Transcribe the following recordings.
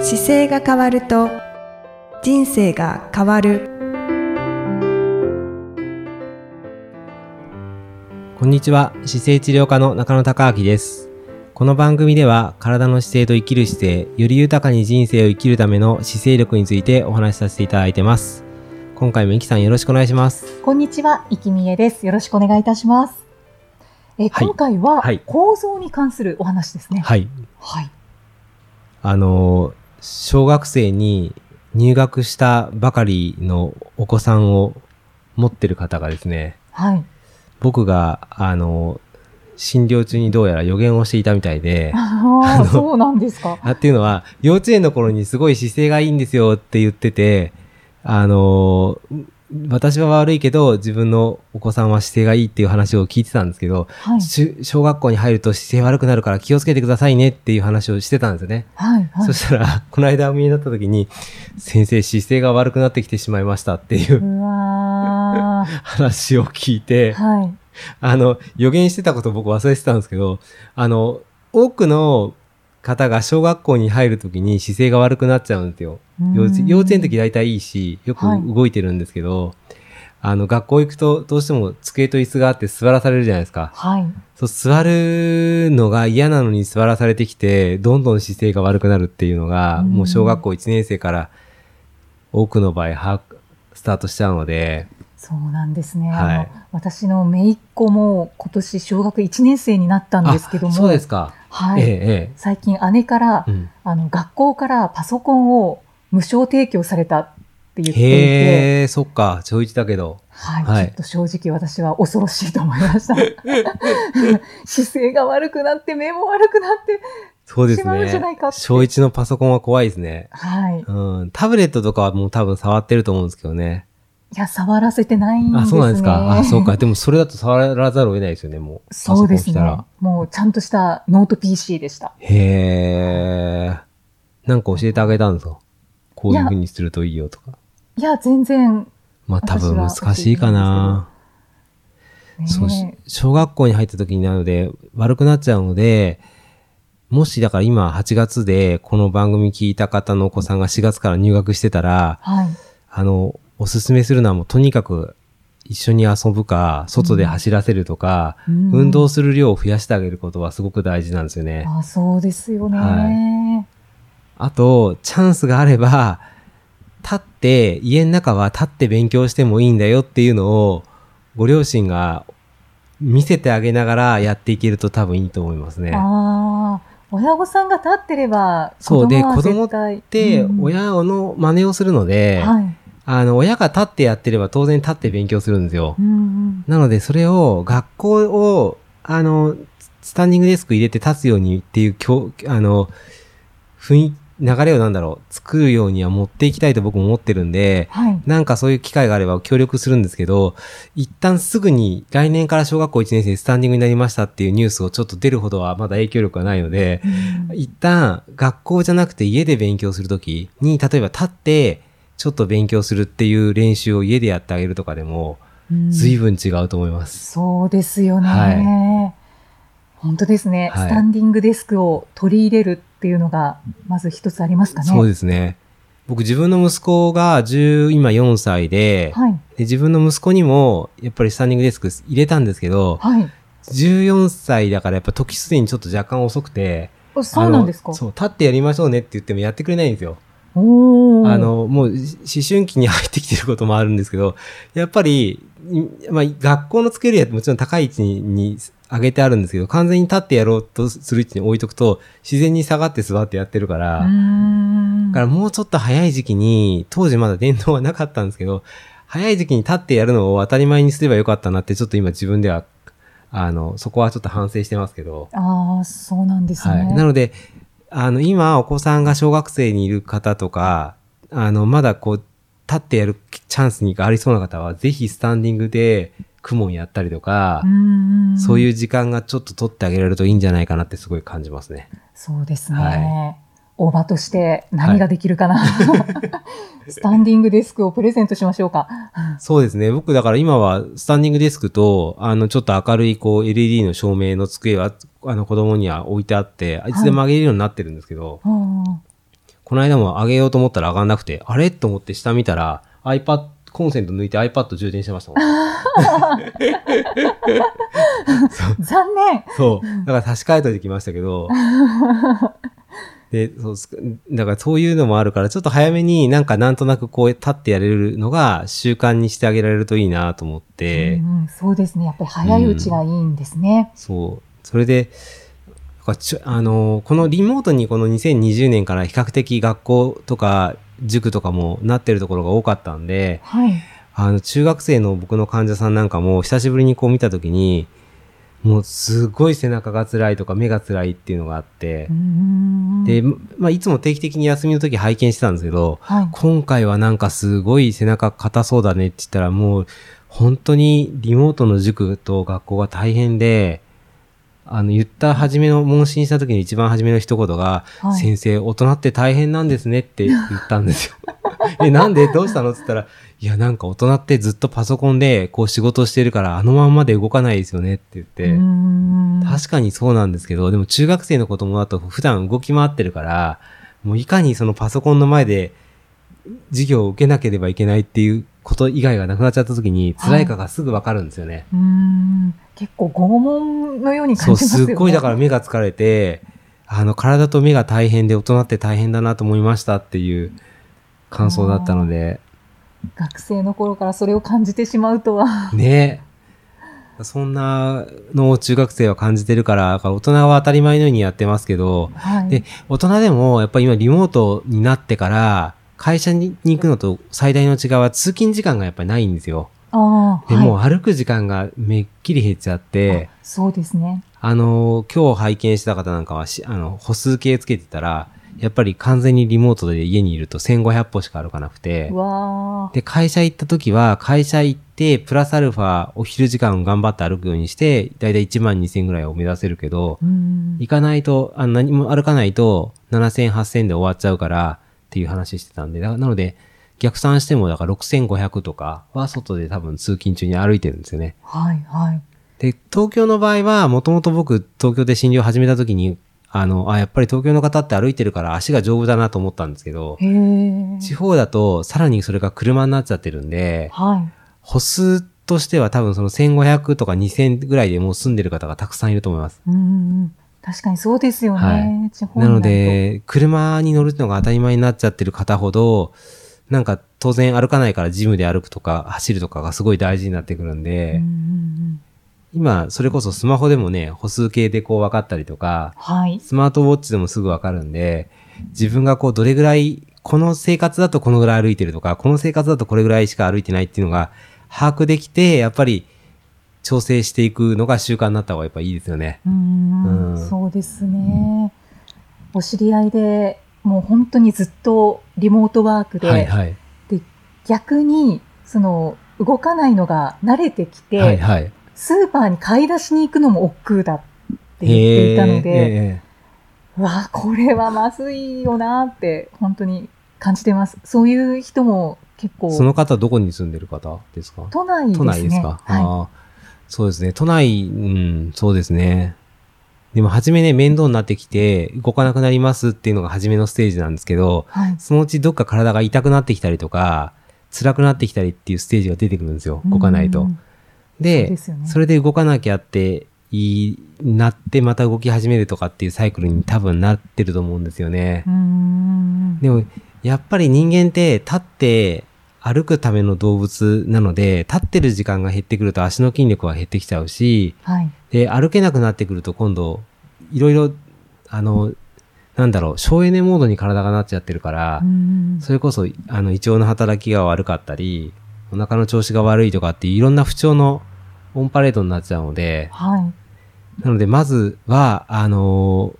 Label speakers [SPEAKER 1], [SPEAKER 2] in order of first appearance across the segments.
[SPEAKER 1] 姿勢が変わると人生が変わる
[SPEAKER 2] こんにちは姿勢治療科の中野孝明ですこの番組では体の姿勢と生きる姿勢より豊かに人生を生きるための姿勢力についてお話しさせていただいてます今回もいきさんよろしくお願いします
[SPEAKER 3] こんにちは、生きみえです。よろしくお願いいたします。え、
[SPEAKER 2] はい
[SPEAKER 3] 今回は
[SPEAKER 2] はい
[SPEAKER 3] 構造に関するお話ですね。はい。
[SPEAKER 2] はいあの小学生に入学したばかりのお子さんを持ってる方がですね
[SPEAKER 3] はい。
[SPEAKER 2] 僕があの診療中にどうやら予言をしていたみたいで
[SPEAKER 3] ああ、そうなんですか。
[SPEAKER 2] あっていうのは、幼稚園の頃にすごい姿勢がいいんですよって言ってて、あのー私は悪いけど、自分のお子さんは姿勢がいいっていう話を聞いてたんですけど、
[SPEAKER 3] はい。
[SPEAKER 2] しゅ小学校に入ると姿勢悪くなるから気をつけてくださいねっていう話をしてたんですよね。
[SPEAKER 3] はい。はい
[SPEAKER 2] そしたら、この間お見えになった時に、先生姿勢が悪くなってきてしまいましたっていう
[SPEAKER 3] うわー
[SPEAKER 2] 話を聞いて、
[SPEAKER 3] はい。
[SPEAKER 2] あの、予言してたこと僕忘れてたんですけど、あの、多くの方が小学校に入るときに姿勢が悪くなっちゃうんですよ。幼稚
[SPEAKER 3] うん
[SPEAKER 2] 幼稚園の時大体いいし、よく
[SPEAKER 3] はい
[SPEAKER 2] 動いてるんですけど、あの、学校行くとどうしても机と椅子があって座らされるじゃないですか。
[SPEAKER 3] はい。
[SPEAKER 2] そう、座るのが嫌なのに座らされてきて、どんどん姿勢が悪くなるっていうのが、
[SPEAKER 3] うん
[SPEAKER 2] もう小学校1年生から多くの場合、把握スタートしちゃうので、
[SPEAKER 3] そうなんですね。
[SPEAKER 2] はい
[SPEAKER 3] あの私の姪っ子も今年小学1年生になったんですけども、
[SPEAKER 2] あそうですか。
[SPEAKER 3] は
[SPEAKER 2] ええ
[SPEAKER 3] い。、最近姉から
[SPEAKER 2] ええ。うん
[SPEAKER 3] あの学校からパソコンを無償提供されたって言っていて、
[SPEAKER 2] へえ、そっか、小一だけど。
[SPEAKER 3] はい、
[SPEAKER 2] はい
[SPEAKER 3] ちょっと正直私は恐ろしいと思いま した。姿勢が悪くなって、目も悪くなって、
[SPEAKER 2] そうです
[SPEAKER 3] しまうんじゃな
[SPEAKER 2] ね
[SPEAKER 3] いかっ。て
[SPEAKER 2] 小一のパソコンは怖いですね。
[SPEAKER 3] はい。い
[SPEAKER 2] うん、タブレットとかはもう多分触ってると思うんですけどね。
[SPEAKER 3] や、触らせてないんですね。
[SPEAKER 2] あ、そうなんですか。あ、そうか。でもそれだと触らざるを得ないですよね、もう。
[SPEAKER 3] そうですね
[SPEAKER 2] パソコン来たら。
[SPEAKER 3] もうちゃんとしたノート PC でした。
[SPEAKER 2] へえ。なんか教えてあげたんですかこういう風にするといいよとか。
[SPEAKER 3] いや、全然、
[SPEAKER 2] まあ多分
[SPEAKER 3] 私は
[SPEAKER 2] 難しいかな。
[SPEAKER 3] ね、
[SPEAKER 2] そうし小学校に入った時になので悪くなっちゃうので、もしだから今8月でこの番組聞いた方のお子さんが4月から入学してたら、
[SPEAKER 3] はい。
[SPEAKER 2] あの、おすすめするのはもうとにかく一緒に遊ぶか、外で走らせるとか、
[SPEAKER 3] うん
[SPEAKER 2] 運動する量を増やしてあげることはすごく大事なんですよね。
[SPEAKER 3] あ、そうですよね。
[SPEAKER 2] はあと、チャンスがあれば、立って、家の中は立って勉強してもいいんだよっていうのを、ご両親が見せてあげながらやっていけると多分いいと思いますね。
[SPEAKER 3] ああ、親御さんが立ってれば、
[SPEAKER 2] そうで
[SPEAKER 3] は絶対
[SPEAKER 2] で
[SPEAKER 3] う、ん
[SPEAKER 2] 親の真似をするので、
[SPEAKER 3] はい。
[SPEAKER 2] あの、親が立ってやってれば当然立って勉強するんですよ
[SPEAKER 3] う。ん
[SPEAKER 2] なので、それを学校を、あの、スタンディングデスク入れて立つようにっていう、きょあの、雰囲流れをなんだろう、作るようには持っていきたいと僕も思ってるんで、
[SPEAKER 3] はい。
[SPEAKER 2] なんかそういう機会があれば協力するんですけど、一旦すぐに来年から小学校1年生でスタンディングになりましたっていうニュースをちょっと出るほどはまだ影響力がないので、
[SPEAKER 3] うん
[SPEAKER 2] 一旦学校じゃなくて家で勉強するときに、例えば立ってちょっと勉強するっていう練習を家でやってあげるとかでも、
[SPEAKER 3] うん
[SPEAKER 2] 随分違うと思います。
[SPEAKER 3] そうですよね。
[SPEAKER 2] は
[SPEAKER 3] 本当ですね、
[SPEAKER 2] はい
[SPEAKER 3] スタンディングデスクを取り入れるっていうのが、まず一つありますかね。
[SPEAKER 2] そうですね。僕自分の息子が10今4歳で,、
[SPEAKER 3] はい。
[SPEAKER 2] で、自分の息子にもやっぱりスタンディングデスク入れたんですけど、
[SPEAKER 3] はい。
[SPEAKER 2] 14歳だからやっぱ時すでにちょっと若干遅くて、
[SPEAKER 3] おそうなんです
[SPEAKER 2] あ
[SPEAKER 3] か
[SPEAKER 2] のそう、立ってやりましょうねって言ってもやってくれないんですよ。
[SPEAKER 3] おー
[SPEAKER 2] あ、の、もうし思春期に入ってきてることもあるんですけど、やっぱり、いまあ、学校のつけるやつもちろん高い位置にに上げてあるんですけど、完全に立ってやろうとする位置に置いとくと、自然に下がって座ってやってるか
[SPEAKER 3] う
[SPEAKER 2] ら、
[SPEAKER 3] ーん
[SPEAKER 2] だからもうちょっと早い時期に、当時まだ電動はなかったんですけど、早い時期に立ってやるのを当たり前にすればよかったなって、ちょっと今自分では、あの、そこはちょっと反省してますけど。
[SPEAKER 3] ああ、そうなんですね。
[SPEAKER 2] はい。なので、あの、今、お子さんが小学生にいる方とか、あの、まだこう、立ってやるチャンスにがありそうな方は、ぜひスタンディングで、クモンやったりとか
[SPEAKER 3] う、んん。
[SPEAKER 2] そういうう時間がちょっと取ってあげられるといいんじゃないかなってすごい感じますね。
[SPEAKER 3] そうですね。
[SPEAKER 2] は
[SPEAKER 3] 大場として何ができるかな、 スタンディングデスクをプレゼントしましょうか。
[SPEAKER 2] そうですね。僕、だから今は、スタンディングデスクと、あの、ちょっと明るい、こう、LED の照明の机は、あの、子供には置いてあって、いつでも上げれるようになってるんですけど、
[SPEAKER 3] うん
[SPEAKER 2] ここの間も上げようと思ったら上がんなくて、あれと思って下見たら iPad、コンセント抜いて iPad 充電してましたもん。
[SPEAKER 3] 残念
[SPEAKER 2] そう。だから差し替えといてきましたけど。で、そうす、だからそういうのもあるから、ちょっと早めになんかなんとなくこう立ってやれるのが習慣にしてあげられるといいなと思って、
[SPEAKER 3] うんうん、そうですね。やっぱり早いうちがいいんですね。
[SPEAKER 2] そう。それで、だからちょあのこのリモートにこの2020年から比較的学校とか塾とかもなってるところが多かったんで、
[SPEAKER 3] はい。
[SPEAKER 2] あの、中学生の僕の患者さんなんかも、久しぶりにこう見たときに、もうすごい背中が辛いとか目が辛いっていうのがあって
[SPEAKER 3] うー、ん
[SPEAKER 2] で、まあ、いつも定期的に休みの時拝見してたんですけど、
[SPEAKER 3] はい。
[SPEAKER 2] 今回はなんかすごい背中硬そうだねって言ったら、もう本当にリモートの塾と学校が大変で、あの、言った初めの、問診した時の一番初めの一言が、
[SPEAKER 3] はい
[SPEAKER 2] 先生、大人って大変なんですねって言ったんですよ。 え、なんでどうしたのって言ったら、いや、なんか大人ってずっとパソコンでこう仕事をしてるから、あのまんまで動かないですよねって言って、
[SPEAKER 3] うーん
[SPEAKER 2] 確かにそうなんですけど、でも中学生の子供だと普段動き回ってるから、もういかにそのパソコンの前で授業を受けなければいけないっていうこと以外がなくなっちゃった時に辛いかがすぐわかるんですよね。
[SPEAKER 3] うーん結構拷問のように
[SPEAKER 2] そ
[SPEAKER 3] 感
[SPEAKER 2] う、
[SPEAKER 3] じます
[SPEAKER 2] す
[SPEAKER 3] よね。
[SPEAKER 2] っごいだから目が疲れて、あの体と目が大変で大人って大変だなと思いましたっていう感想だったので、
[SPEAKER 3] 学生の頃からそれを感じてしまうとは。
[SPEAKER 2] ねそんなのを中学生は感じてるから、だから大人は当たり前のようにやってますけど、
[SPEAKER 3] はい。
[SPEAKER 2] で、大人でも、やっぱり今リモートになってから、会社に行くのと最大の違いは通勤時間がやっぱりないんですよ。
[SPEAKER 3] ああ、
[SPEAKER 2] で、
[SPEAKER 3] はい
[SPEAKER 2] もう歩く時間がめっきり減っちゃって、
[SPEAKER 3] そうですね。
[SPEAKER 2] あの、今日拝見した方なんかはし、あの、歩数計つけてたら、やっぱり完全にリモートで家にいると1500歩しか歩かなくて
[SPEAKER 3] う、わあ。
[SPEAKER 2] で、会社行った時は、会社行って、プラスアルファ、お昼時間頑張って歩くようにして、だいたい1万2000ぐらいを目指せるけど、
[SPEAKER 3] うーん
[SPEAKER 2] 行かないと、あの何も歩かないと、7000、8000で終わっちゃうから、っていう話してたんで、だなので、逆算しても、だから6500とかは外で多分通勤中に歩いてるんですよね。
[SPEAKER 3] はい、はい。
[SPEAKER 2] で、東京の場合は、もともと僕、東京で診療始めた時に、あの、あ、やっぱり東京の方って歩いてるから足が丈夫だなと思ったんですけど、
[SPEAKER 3] へえ。
[SPEAKER 2] 地方だと、さらにそれが車になっちゃってるんで、
[SPEAKER 3] はい。
[SPEAKER 2] 歩数としては多分その1500とか2000ぐらいでもう住んでる方がたくさんいると思います。
[SPEAKER 3] うーん。確かにそうですよね。
[SPEAKER 2] は
[SPEAKER 3] 地方
[SPEAKER 2] な
[SPEAKER 3] に
[SPEAKER 2] の
[SPEAKER 3] なると。
[SPEAKER 2] で、車に乗るのが当たり前になっちゃってる方ほど、なんか当然歩かないからジムで歩くとか走るとかがすごい大事になってくるん
[SPEAKER 3] うんう
[SPEAKER 2] で、
[SPEAKER 3] んうん、
[SPEAKER 2] 今それこそスマホでもね、歩数計でこう分かったりとか、
[SPEAKER 3] はい。
[SPEAKER 2] スマートウォッチでもすぐ分かるんで、自分がこうどれぐらい、この生活だとこのぐらい歩いてるとか、この生活だとこれぐらいしか歩いてないっていうのが把握できて、やっぱり調整していくのが習慣になった方がやっぱいいですよね。
[SPEAKER 3] うー
[SPEAKER 2] う
[SPEAKER 3] ん
[SPEAKER 2] ん
[SPEAKER 3] そうですね。お知り合いでもう本当にずっとリモートワークで、
[SPEAKER 2] はいはい。
[SPEAKER 3] 逆にその動かないのが慣れてきて、
[SPEAKER 2] はいはい。
[SPEAKER 3] スーパーに買い出しに行くのも億劫だって言っていたの
[SPEAKER 2] へーえ
[SPEAKER 3] で、
[SPEAKER 2] え
[SPEAKER 3] うわあこれはまずいよなーって本当に感じてます。そういう人も結構
[SPEAKER 2] その方どこに住んでる方ですか
[SPEAKER 3] 都内ですね。
[SPEAKER 2] 都内ですか、
[SPEAKER 3] は
[SPEAKER 2] ああそうですね。都内、うん、そうですね。でも初めね、面倒になってきて、動かなくなりますっていうのが初めのステージなんですけど
[SPEAKER 3] い。、はい。
[SPEAKER 2] そのうちどっか体が痛くなってきたりとか、辛くなってきたりっていうステージが出てくるんですよ。動かないと
[SPEAKER 3] う。んそう
[SPEAKER 2] で
[SPEAKER 3] ですよね
[SPEAKER 2] それで動かなきゃって、いなってまた動き始めるとかっていうサイクルに多分なってると思うんですよね。
[SPEAKER 3] うーん。
[SPEAKER 2] でも、やっぱり人間って立って歩くための動物なので、立ってる時間が減ってくると足の筋力は減ってきちゃうし、
[SPEAKER 3] はい。
[SPEAKER 2] で、歩けなくなってくると今度、いろいろ、あの、なんだろう、省エネモードに体がなっちゃってるから
[SPEAKER 3] うー、ん
[SPEAKER 2] それこそ、あの、胃腸の働きが悪かったり、お腹の調子が悪いとかっていういろんな不調のオンパレードになっちゃうので、
[SPEAKER 3] はい。
[SPEAKER 2] なので、まずは、あのー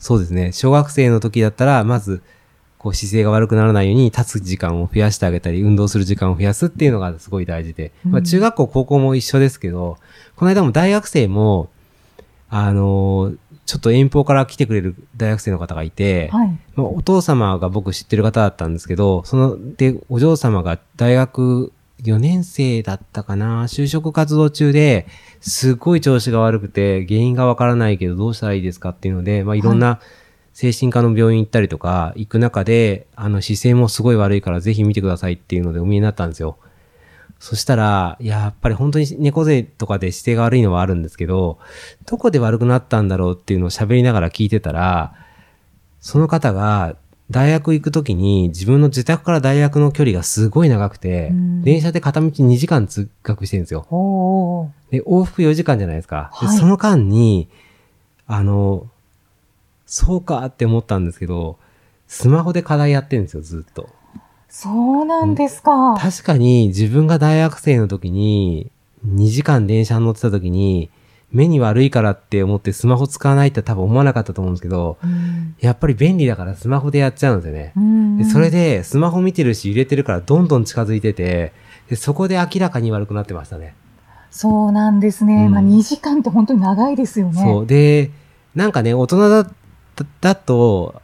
[SPEAKER 2] そうですね、小学生の時だったら、まず、こう姿勢が悪くならないように立つ時間を増やしてあげたり、運動する時間を増やすっていうのがすごい大事で、ま
[SPEAKER 3] う
[SPEAKER 2] あ、
[SPEAKER 3] ん
[SPEAKER 2] 中学校、高校も一緒ですけど、この間も大学生も、あのーちょっと遠方から来てくれる大学生の方がいて、
[SPEAKER 3] はい。
[SPEAKER 2] まあお父様が僕知ってる方だったんですけど、その、で、お嬢様が大学4年生だったかな、就職活動中で、すっごい調子が悪くて、原因がわからないけどどうしたらいいですかっていうので、まあいろんな精神科の病院行ったりとか行く中で、あの姿勢もすごい悪いからぜひ見てくださいっていうのでお見えになったんですよ。そしたら、いややっぱり本当に猫背とかで姿勢が悪いのはあるんですけど、どこで悪くなったんだろうっていうのを喋りながら聞いてたら、その方が大学行くときに自分の自宅から大学の距離がすごい長くて、
[SPEAKER 3] うん
[SPEAKER 2] 電車で片道2時間通学してるんですよ。
[SPEAKER 3] おー
[SPEAKER 2] で、往復4時間じゃないですか。で
[SPEAKER 3] はい
[SPEAKER 2] その間に、あの、そうかって思ったんですけど、スマホで課題やってるんですよ、ずっと。
[SPEAKER 3] そうなんですか。
[SPEAKER 2] 確かに自分が大学生の時に、2時間電車に乗ってた時に、目に悪いからって思ってスマホ使わないって多分思わなかったと思うんですけど、
[SPEAKER 3] うん
[SPEAKER 2] やっぱり便利だからスマホでやっちゃうんですよね。
[SPEAKER 3] うん
[SPEAKER 2] でそれでスマホ見てるし揺れてるからどんどん近づいてて、でそこで明らかに悪くなってましたね。
[SPEAKER 3] そうなんですね。
[SPEAKER 2] うん
[SPEAKER 3] まあ2時間って本当に長いですよね。
[SPEAKER 2] そう。で、なんかね、大人だだだと、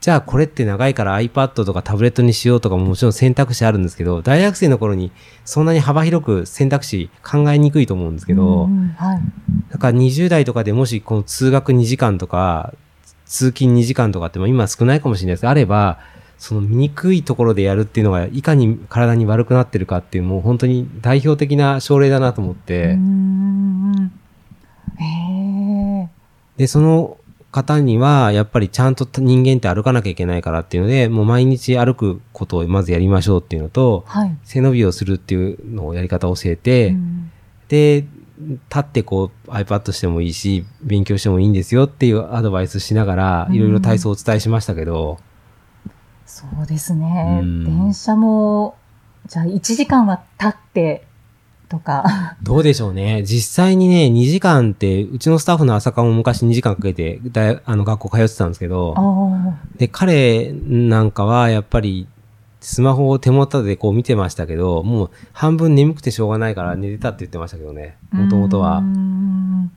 [SPEAKER 2] じゃあこれって長いから iPad とかタブレットにしようとかももちろん選択肢あるんですけど、大学生の頃にそんなに幅広く選択肢考えにくいと思うんですけど、
[SPEAKER 3] うんうんはい。
[SPEAKER 2] だから20代とかでもしこの通学2時間とか、通勤2時間とかっても今少ないかもしれないですけど、あれば、その醜いところでやるっていうのがいかに体に悪くなってるかっていうもう本当に代表的な症例だなと思って、
[SPEAKER 3] うんうんうんへえ。
[SPEAKER 2] で、その方には、やっぱりちゃんと人間って歩かなきゃいけないからっていうので、もう毎日歩くことをまずやりましょうっていうのと、
[SPEAKER 3] はい。
[SPEAKER 2] 背伸びをするっていうのをやり方を教えて、
[SPEAKER 3] うん
[SPEAKER 2] で、立ってこう iPad してもいいし、勉強してもいいんですよっていうアドバイスしながら、
[SPEAKER 3] うん
[SPEAKER 2] いろいろ体操をお伝えしましたけど、
[SPEAKER 3] そうですね。
[SPEAKER 2] うん
[SPEAKER 3] 電車も、じゃあ1時間は経ってとか。
[SPEAKER 2] どうでしょうね。実際にね、2時間って、うちのスタッフの朝顔も昔2時間かけて大、あの、学校通ってたんですけど、
[SPEAKER 3] あ
[SPEAKER 2] で、彼なんかはやっぱりスマホを手元でこう見てましたけど、もう半分眠くてしょうがないから寝てたって言ってましたけどね、
[SPEAKER 3] あ
[SPEAKER 2] もともとは
[SPEAKER 3] う。ん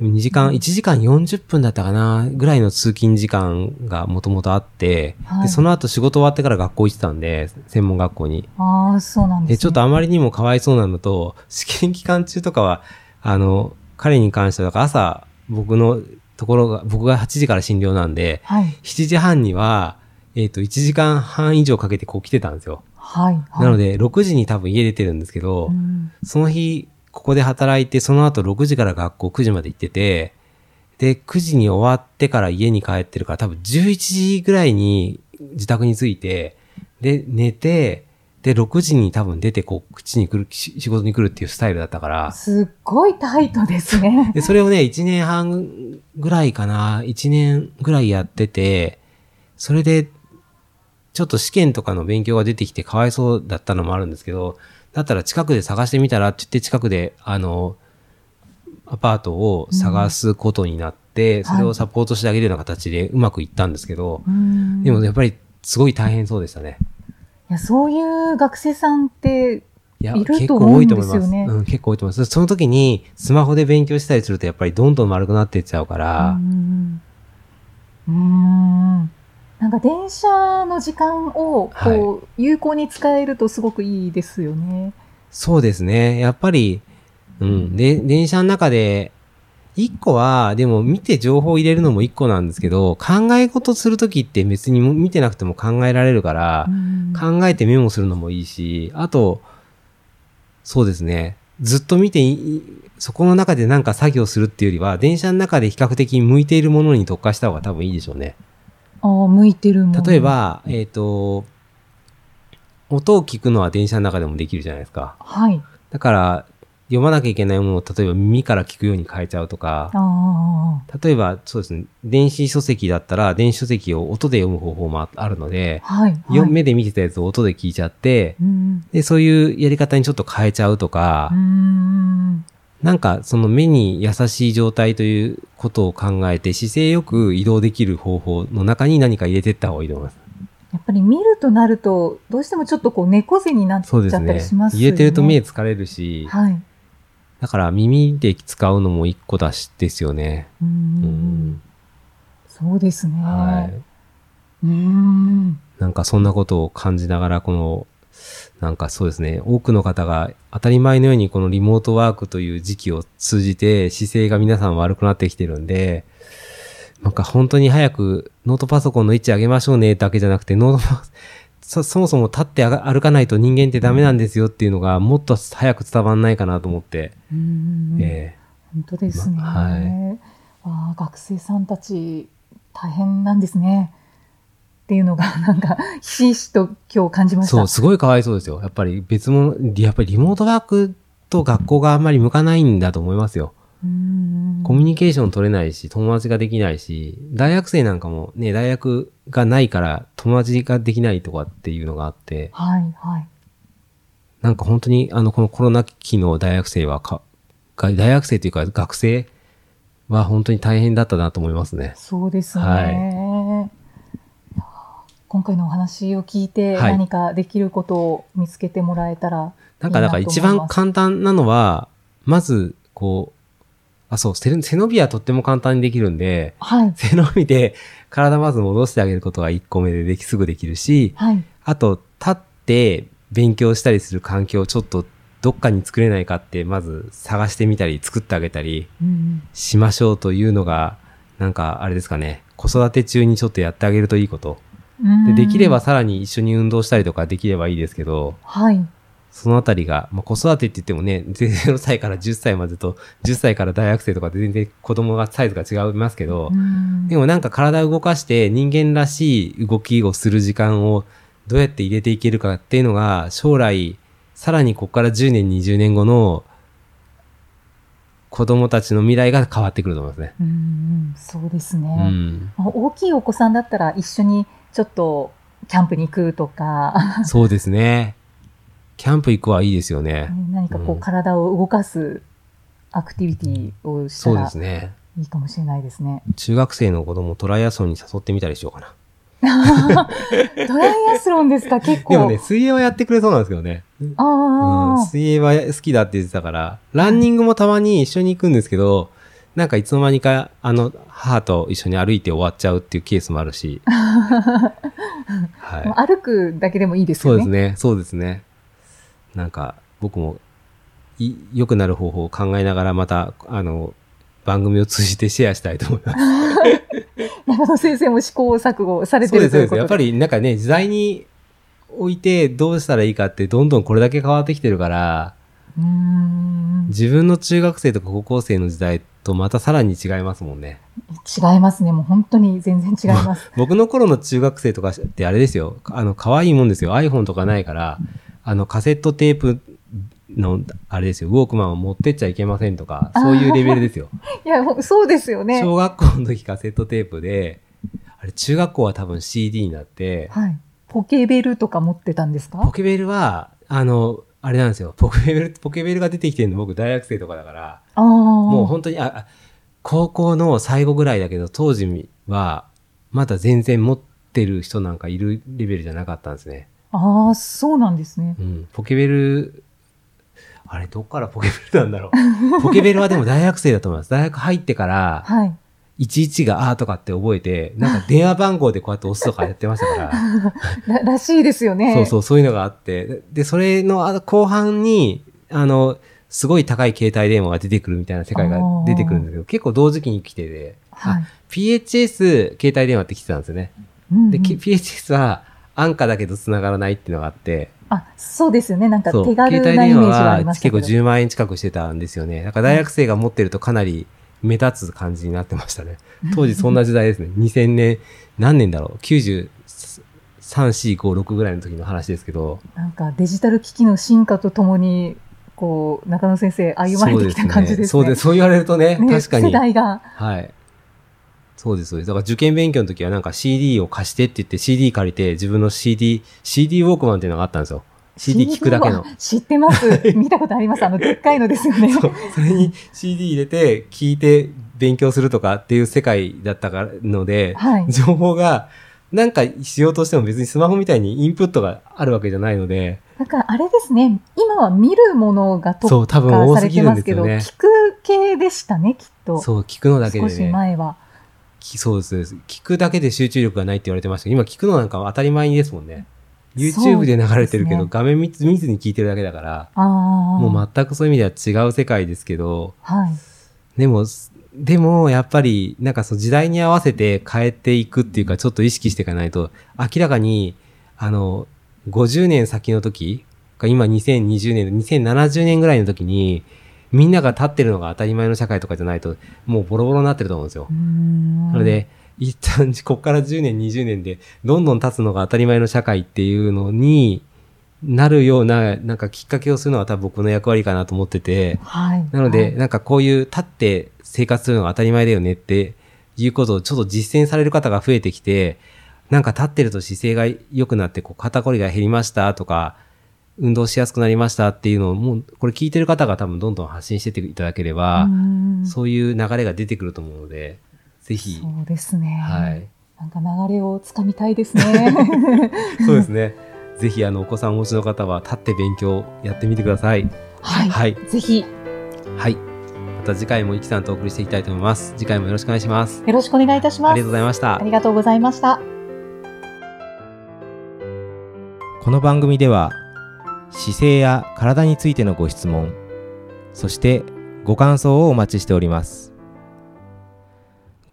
[SPEAKER 2] でも2時間、1時間40分だったかな、ぐらいの通勤時間がもともとあって、
[SPEAKER 3] はい
[SPEAKER 2] で、その後仕事終わってから学校行ってたんで、専門学校に。
[SPEAKER 3] ああ、そうなん
[SPEAKER 2] で、
[SPEAKER 3] です、ね。
[SPEAKER 2] ちょっとあまりにもかわいそうなのと、試験期間中とかは、あの、彼に関しては、だから朝、僕のところが、僕が8時から診療なんで、
[SPEAKER 3] はい。
[SPEAKER 2] 7時半には、えっ、と、1時間半以上かけてこう来てたんですよ。
[SPEAKER 3] はい。はい
[SPEAKER 2] なので、6時に多分家出てるんですけど、
[SPEAKER 3] うん
[SPEAKER 2] その日、ここで働いて、その後6時から学校9時まで行ってて、で、9時に終わってから家に帰ってるから、多分11時ぐらいに自宅に着いて、で、寝て、で、6時に多分出て、こう、口に来る、し仕事に来るっていうスタイルだったから、
[SPEAKER 3] すっごいタイトですね。
[SPEAKER 2] で、それをね、1年半ぐらいかな、1年ぐらいやってて、それで、ちょっと試験とかの勉強が出てきてかわいそうだったのもあるんですけど、だったら近くで探してみたらって言って近くで、あの、アパートを探すことになって、それをサポートしてあげるような形でうまくいったんですけど、
[SPEAKER 3] うん
[SPEAKER 2] でもやっぱりすごい大変そうでしたね。
[SPEAKER 3] いやそういう学生さんって、
[SPEAKER 2] いや、
[SPEAKER 3] いる
[SPEAKER 2] 結
[SPEAKER 3] と
[SPEAKER 2] 構
[SPEAKER 3] 思
[SPEAKER 2] 多
[SPEAKER 3] う
[SPEAKER 2] い
[SPEAKER 3] ん
[SPEAKER 2] と
[SPEAKER 3] で
[SPEAKER 2] 思い
[SPEAKER 3] す
[SPEAKER 2] ま
[SPEAKER 3] よ
[SPEAKER 2] す。
[SPEAKER 3] ね
[SPEAKER 2] うん、結構多いと思います。その時にスマホで勉強したりするとやっぱりどんどん丸くなっていっちゃうから、
[SPEAKER 3] うんうんうんなんか電車の時間をこう有効に使えるとすごくいいですよね。
[SPEAKER 2] そうですね。やっぱり、うん。で、電車の中で、一個は、でも見て情報を入れるのも一個なんですけど、考え事するときって別に見てなくても考えられるから
[SPEAKER 3] う、ん
[SPEAKER 2] 考えてメモするのもいいし、あと、そうですね。ずっと見ていい、そこの中でなんか作業するっていうよりは、電車の中で比較的向いているものに特化した方が多分いいでしょうね。
[SPEAKER 3] あー向いてるもん
[SPEAKER 2] 例え、ば、えっ、と、音を聞くのは電車の中でもできるじゃないですか。
[SPEAKER 3] はい、
[SPEAKER 2] だから、読まなきゃいけないものを例えば耳から聞くように変えちゃうとか、
[SPEAKER 3] あ
[SPEAKER 2] 例えばそうですね、電子書籍だったら電子書籍を音で読む方法もああるので
[SPEAKER 3] あ、、はい、はい
[SPEAKER 2] よ目で見てたやつを音で聞いちゃって、
[SPEAKER 3] うん
[SPEAKER 2] で、そういうやり方にちょっと変えちゃうとか
[SPEAKER 3] う、ん
[SPEAKER 2] なんかその目に優しい状態ということを考えて姿勢よく移動できる方法の中に何か入れてった方がいいと思います。
[SPEAKER 3] やっぱり見るとなるとどうしてもちょっとこう猫背になっち
[SPEAKER 2] そう
[SPEAKER 3] ゃ
[SPEAKER 2] で
[SPEAKER 3] っ
[SPEAKER 2] す
[SPEAKER 3] た
[SPEAKER 2] ね
[SPEAKER 3] りしますよね。
[SPEAKER 2] 入れてると目疲れるし、
[SPEAKER 3] はい、
[SPEAKER 2] だから耳で使うのも一個だしですよね。
[SPEAKER 3] うん
[SPEAKER 2] うん
[SPEAKER 3] そうですね。
[SPEAKER 2] はい。
[SPEAKER 3] うん
[SPEAKER 2] なんかそんなことを感じながら、この、なんかそうですね、多くの方が当たり前のようにこのリモートワークという時期を通じて姿勢が皆さん悪くなってきてるんで、なんか本当に早くノートパソコンの位置上げましょうねだけじゃなくて、ノートパそそもそも立ってあが歩かないと人間ってダメなんですよっていうのがもっと早く伝わんないかなと思って、
[SPEAKER 3] うん
[SPEAKER 2] え
[SPEAKER 3] 本当ですね。
[SPEAKER 2] まはい
[SPEAKER 3] わあ学生さんたち大変なんですね。っていうのがなんかひしひしと今日感じ
[SPEAKER 2] え
[SPEAKER 3] ました。
[SPEAKER 2] そう、すごいかわいそうですよ。やっぱり別物、やっぱりリモートワークと学校があんまり向かないんだと思いますよ。
[SPEAKER 3] うん
[SPEAKER 2] コミュニケーション取れないし、友達ができないし、大学生なんかもね、大学がないから友達ができないとかっていうのがあって、
[SPEAKER 3] はいはい。
[SPEAKER 2] なんか本当にあの、このコロナ期の大学生はか、が大学生というか学生は本当に大変だったなと思いますね。
[SPEAKER 3] そうですね。
[SPEAKER 2] はい
[SPEAKER 3] いやあ今回のお話を聞いて
[SPEAKER 2] はい
[SPEAKER 3] 何かできることを見つけてもらえたら、
[SPEAKER 2] なんかだから一番簡単なのは、まず、こう、あ、そう、背背伸びはとっても簡単にできるんで、
[SPEAKER 3] はい
[SPEAKER 2] 背伸びで体まず戻してあげることが1個目ででき、すぐできるし、
[SPEAKER 3] はい
[SPEAKER 2] あと、立って勉強したりする環境をちょっとどっかに作れないかって、まず探してみたり、作ってあげたり
[SPEAKER 3] うん
[SPEAKER 2] しましょうというのが、なんかあれですかね、子育て中にちょっとやってあげるといいこと。
[SPEAKER 3] うん。
[SPEAKER 2] でできれば
[SPEAKER 3] うん
[SPEAKER 2] さらに一緒に運動したりとかできればいいですけど、
[SPEAKER 3] はい
[SPEAKER 2] そのあたりが、まあ、子育てって言ってもね、0歳 から10歳までと、10歳から大学生とかで全然子供がサイズが違いますけど
[SPEAKER 3] う、ん
[SPEAKER 2] でもなんか体を動かして人間らしい動きをする時間をどうやって入れていけるかっていうのが将来さらにここから10年20年後の子供たちの未来が変わってくると思いますね。
[SPEAKER 3] うんうんそうですね。
[SPEAKER 2] うん。
[SPEAKER 3] まあ大きいお子さんだったら一緒にちょっとキャンプに行くとか
[SPEAKER 2] そうですね。キャンプ行くはいいですよね。
[SPEAKER 3] 何かこ
[SPEAKER 2] う
[SPEAKER 3] うん体を動かすアクティビティをした
[SPEAKER 2] そうで
[SPEAKER 3] ら
[SPEAKER 2] すね。
[SPEAKER 3] いいかもしれないですね。
[SPEAKER 2] 中学生の子供をトライアスロンに誘ってみたりしようかな。
[SPEAKER 3] トライアスロンで すか結構。
[SPEAKER 2] でもね、水泳はやってくれそうなんですけどね。
[SPEAKER 3] あ
[SPEAKER 2] う
[SPEAKER 3] あ、
[SPEAKER 2] ん、水泳は好きだって言ってたから、ランニングもたまに一緒に行くんですけど、なんかいつの間にか、あの、母と一緒に歩いて終わっちゃうっていうケースもあるし、はい。
[SPEAKER 3] まあ歩くだけでもいいです
[SPEAKER 2] そ
[SPEAKER 3] よ
[SPEAKER 2] う
[SPEAKER 3] ね。
[SPEAKER 2] ですね、そうですね。なんか、僕も、い、良くなる方法を考えながら、また、あの、番組を通じてシェアしたいと思います。
[SPEAKER 3] 中野先生も試行錯誤され
[SPEAKER 2] そ
[SPEAKER 3] て
[SPEAKER 2] うで
[SPEAKER 3] る
[SPEAKER 2] す、
[SPEAKER 3] と
[SPEAKER 2] そうで
[SPEAKER 3] いう
[SPEAKER 2] す。
[SPEAKER 3] こと
[SPEAKER 2] やっぱり、なんかね、時代においてどうしたらいいかって、どんどんこれだけ変わってきてるから、
[SPEAKER 3] うーん
[SPEAKER 2] 自分の中学生とか高校生の時代とまたさらに違いますもんね。
[SPEAKER 3] 違いますね。もう本当に全然違います。
[SPEAKER 2] 僕の頃の中学生とかってあれですよ。あの、可愛いもんですよ。iPhone とかないから、あの、カセットテープの、あれですよ。ウォークマンを持ってっちゃいけませんとか、そういうレベルですよ。
[SPEAKER 3] いや、ほんそうですよ ね。
[SPEAKER 2] 小学校の時カセットテープで、あれ、中学校は多分 CD になって、
[SPEAKER 3] はい。ポケベルとか持ってたんです
[SPEAKER 2] ポ
[SPEAKER 3] か
[SPEAKER 2] ケベルは、あの、あれなんですよ。ポケベル、ポケベルが出てきてるの僕大学生とかだから、
[SPEAKER 3] ああ。も
[SPEAKER 2] もう本当に、あ、あ高校の最後ぐらいだけど、当時は、まだ全然持ってる人なんかいるレベルじゃなかったんですね。
[SPEAKER 3] ああ、そうなんですね。
[SPEAKER 2] うん。ポケベル、あれ、どっからポケベルなんだろう。ポケベルはでも大学生だと思います。大学入ってから、
[SPEAKER 3] はい。
[SPEAKER 2] 11があーとかって覚えて、なんか電話番号でこうやって押すとかやってましたから。
[SPEAKER 3] ららしいですよね。
[SPEAKER 2] そうそう、そういうのがあって。で、それのあ後半に、あの、すごい高い携帯電話が出てくるみたいな世界が出てくるんだけど、結構同時期に来てて、
[SPEAKER 3] はい。
[SPEAKER 2] PHS 携帯電話って来てたんですよね。
[SPEAKER 3] うんうん
[SPEAKER 2] で、き PHS は安価だけど繋がらないっていうのがあって、
[SPEAKER 3] あ、そうですよね。なんか
[SPEAKER 2] そう、
[SPEAKER 3] 手
[SPEAKER 2] 携帯
[SPEAKER 3] 軽なイ
[SPEAKER 2] 電
[SPEAKER 3] メージ
[SPEAKER 2] 話
[SPEAKER 3] があ
[SPEAKER 2] は
[SPEAKER 3] りまし
[SPEAKER 2] 結
[SPEAKER 3] たけ
[SPEAKER 2] 構
[SPEAKER 3] ど。
[SPEAKER 2] 10万円近くしてたんですよね。だから大学生が持ってるとかなり目立つ感じになってましたね。当時そんな時代ですね。2000年、 何年だろう ?93、4、5、6ぐらいの時の話ですけど、
[SPEAKER 3] なんかデジタル機器の進化とともに、こう、中野先生歩まれてきた感じですね。
[SPEAKER 2] そうですね。そうです。そう言われるとね、
[SPEAKER 3] ね
[SPEAKER 2] 確かに。
[SPEAKER 3] 世代が。
[SPEAKER 2] はい。そうです、そうです。だから受験勉強の時はなんか CD を貸してって言って CD 借りて自分の CD、CD ウォークマンっていうのがあったんですよ。CD 聞くだけの。
[SPEAKER 3] あ知ってます。 見たことあります。あの、でっかいのですよね。
[SPEAKER 2] そう。それに CD 入れて聞いて勉強するとかっていう世界だったからので、
[SPEAKER 3] はい。
[SPEAKER 2] 情報がなんかしようとしても別にスマホみたいにインプットがあるわけじゃないので、
[SPEAKER 3] だからあれですね。今は見るものが特
[SPEAKER 2] そう、多分
[SPEAKER 3] 化
[SPEAKER 2] 多
[SPEAKER 3] さ
[SPEAKER 2] す
[SPEAKER 3] れ
[SPEAKER 2] ぎ
[SPEAKER 3] て
[SPEAKER 2] るん
[SPEAKER 3] ま
[SPEAKER 2] ですす
[SPEAKER 3] け
[SPEAKER 2] よ
[SPEAKER 3] ど、
[SPEAKER 2] ね。
[SPEAKER 3] 聞く系でしたね、きっと。
[SPEAKER 2] そう、聞くのだけで
[SPEAKER 3] 少し
[SPEAKER 2] ね。
[SPEAKER 3] 前は。
[SPEAKER 2] きそうですそうです。聞くだけで集中力がないって言われてましたけど今聞くのなんか当たり前ですもんね。YouTube で流れてるけ
[SPEAKER 3] そうです
[SPEAKER 2] ど、
[SPEAKER 3] ね
[SPEAKER 2] 画面見ず見ずに聞いてるだけだから、
[SPEAKER 3] ああ。
[SPEAKER 2] もう全くそういう意味では違う世界ですけど、
[SPEAKER 3] はい。
[SPEAKER 2] でも、すでも、やっぱり、なんかそう時代に合わせて変えていくっていうか、ちょっと意識していかないと、明らかに、あの、50年先の時、今2020年、2070年ぐらいの時に、みんなが立ってるのが当たり前の社会とかじゃないと、もうボロボロになってると思うんですよ。な
[SPEAKER 3] な
[SPEAKER 2] の、で、一旦、 こっから10年、20年で、どんどん立つのが当たり前の社会っていうのになるような、なんかきっかけをするのは多分僕の役割かなと思ってて、
[SPEAKER 3] はい。
[SPEAKER 2] なの
[SPEAKER 3] は
[SPEAKER 2] で、
[SPEAKER 3] い
[SPEAKER 2] なんかこういう立って生活するのが当たり前だよねっていうことをちょっと実践される方が増えてきて、なんか立ってると姿勢が良くなって、こう肩こりが減りましたとか、運動しやすくなりましたっていうのを、もうこれ聞いてる方が多分どんどん発信してっていただければ、
[SPEAKER 3] うん
[SPEAKER 2] そういう流れが出てくると思うので、ぜひ、
[SPEAKER 3] そうですね。
[SPEAKER 2] はい。
[SPEAKER 3] なんか流れをつかみたいです ね。
[SPEAKER 2] そうですね。ぜひあのお子さんをお持ちの方は立って勉強やってみてください。
[SPEAKER 3] はい。
[SPEAKER 2] はい。
[SPEAKER 3] ぜひよ
[SPEAKER 2] はい。また次回もいきさんとお送りしていきたいと思います。次回もよろしくお願いします。
[SPEAKER 3] ろしくお願いいたし
[SPEAKER 2] あ
[SPEAKER 3] ま
[SPEAKER 2] りがとう
[SPEAKER 3] す。
[SPEAKER 2] ございました
[SPEAKER 3] あ。りがとうございました。
[SPEAKER 4] この番組では姿勢や体についてのご質問そしてご感想をお待ちしております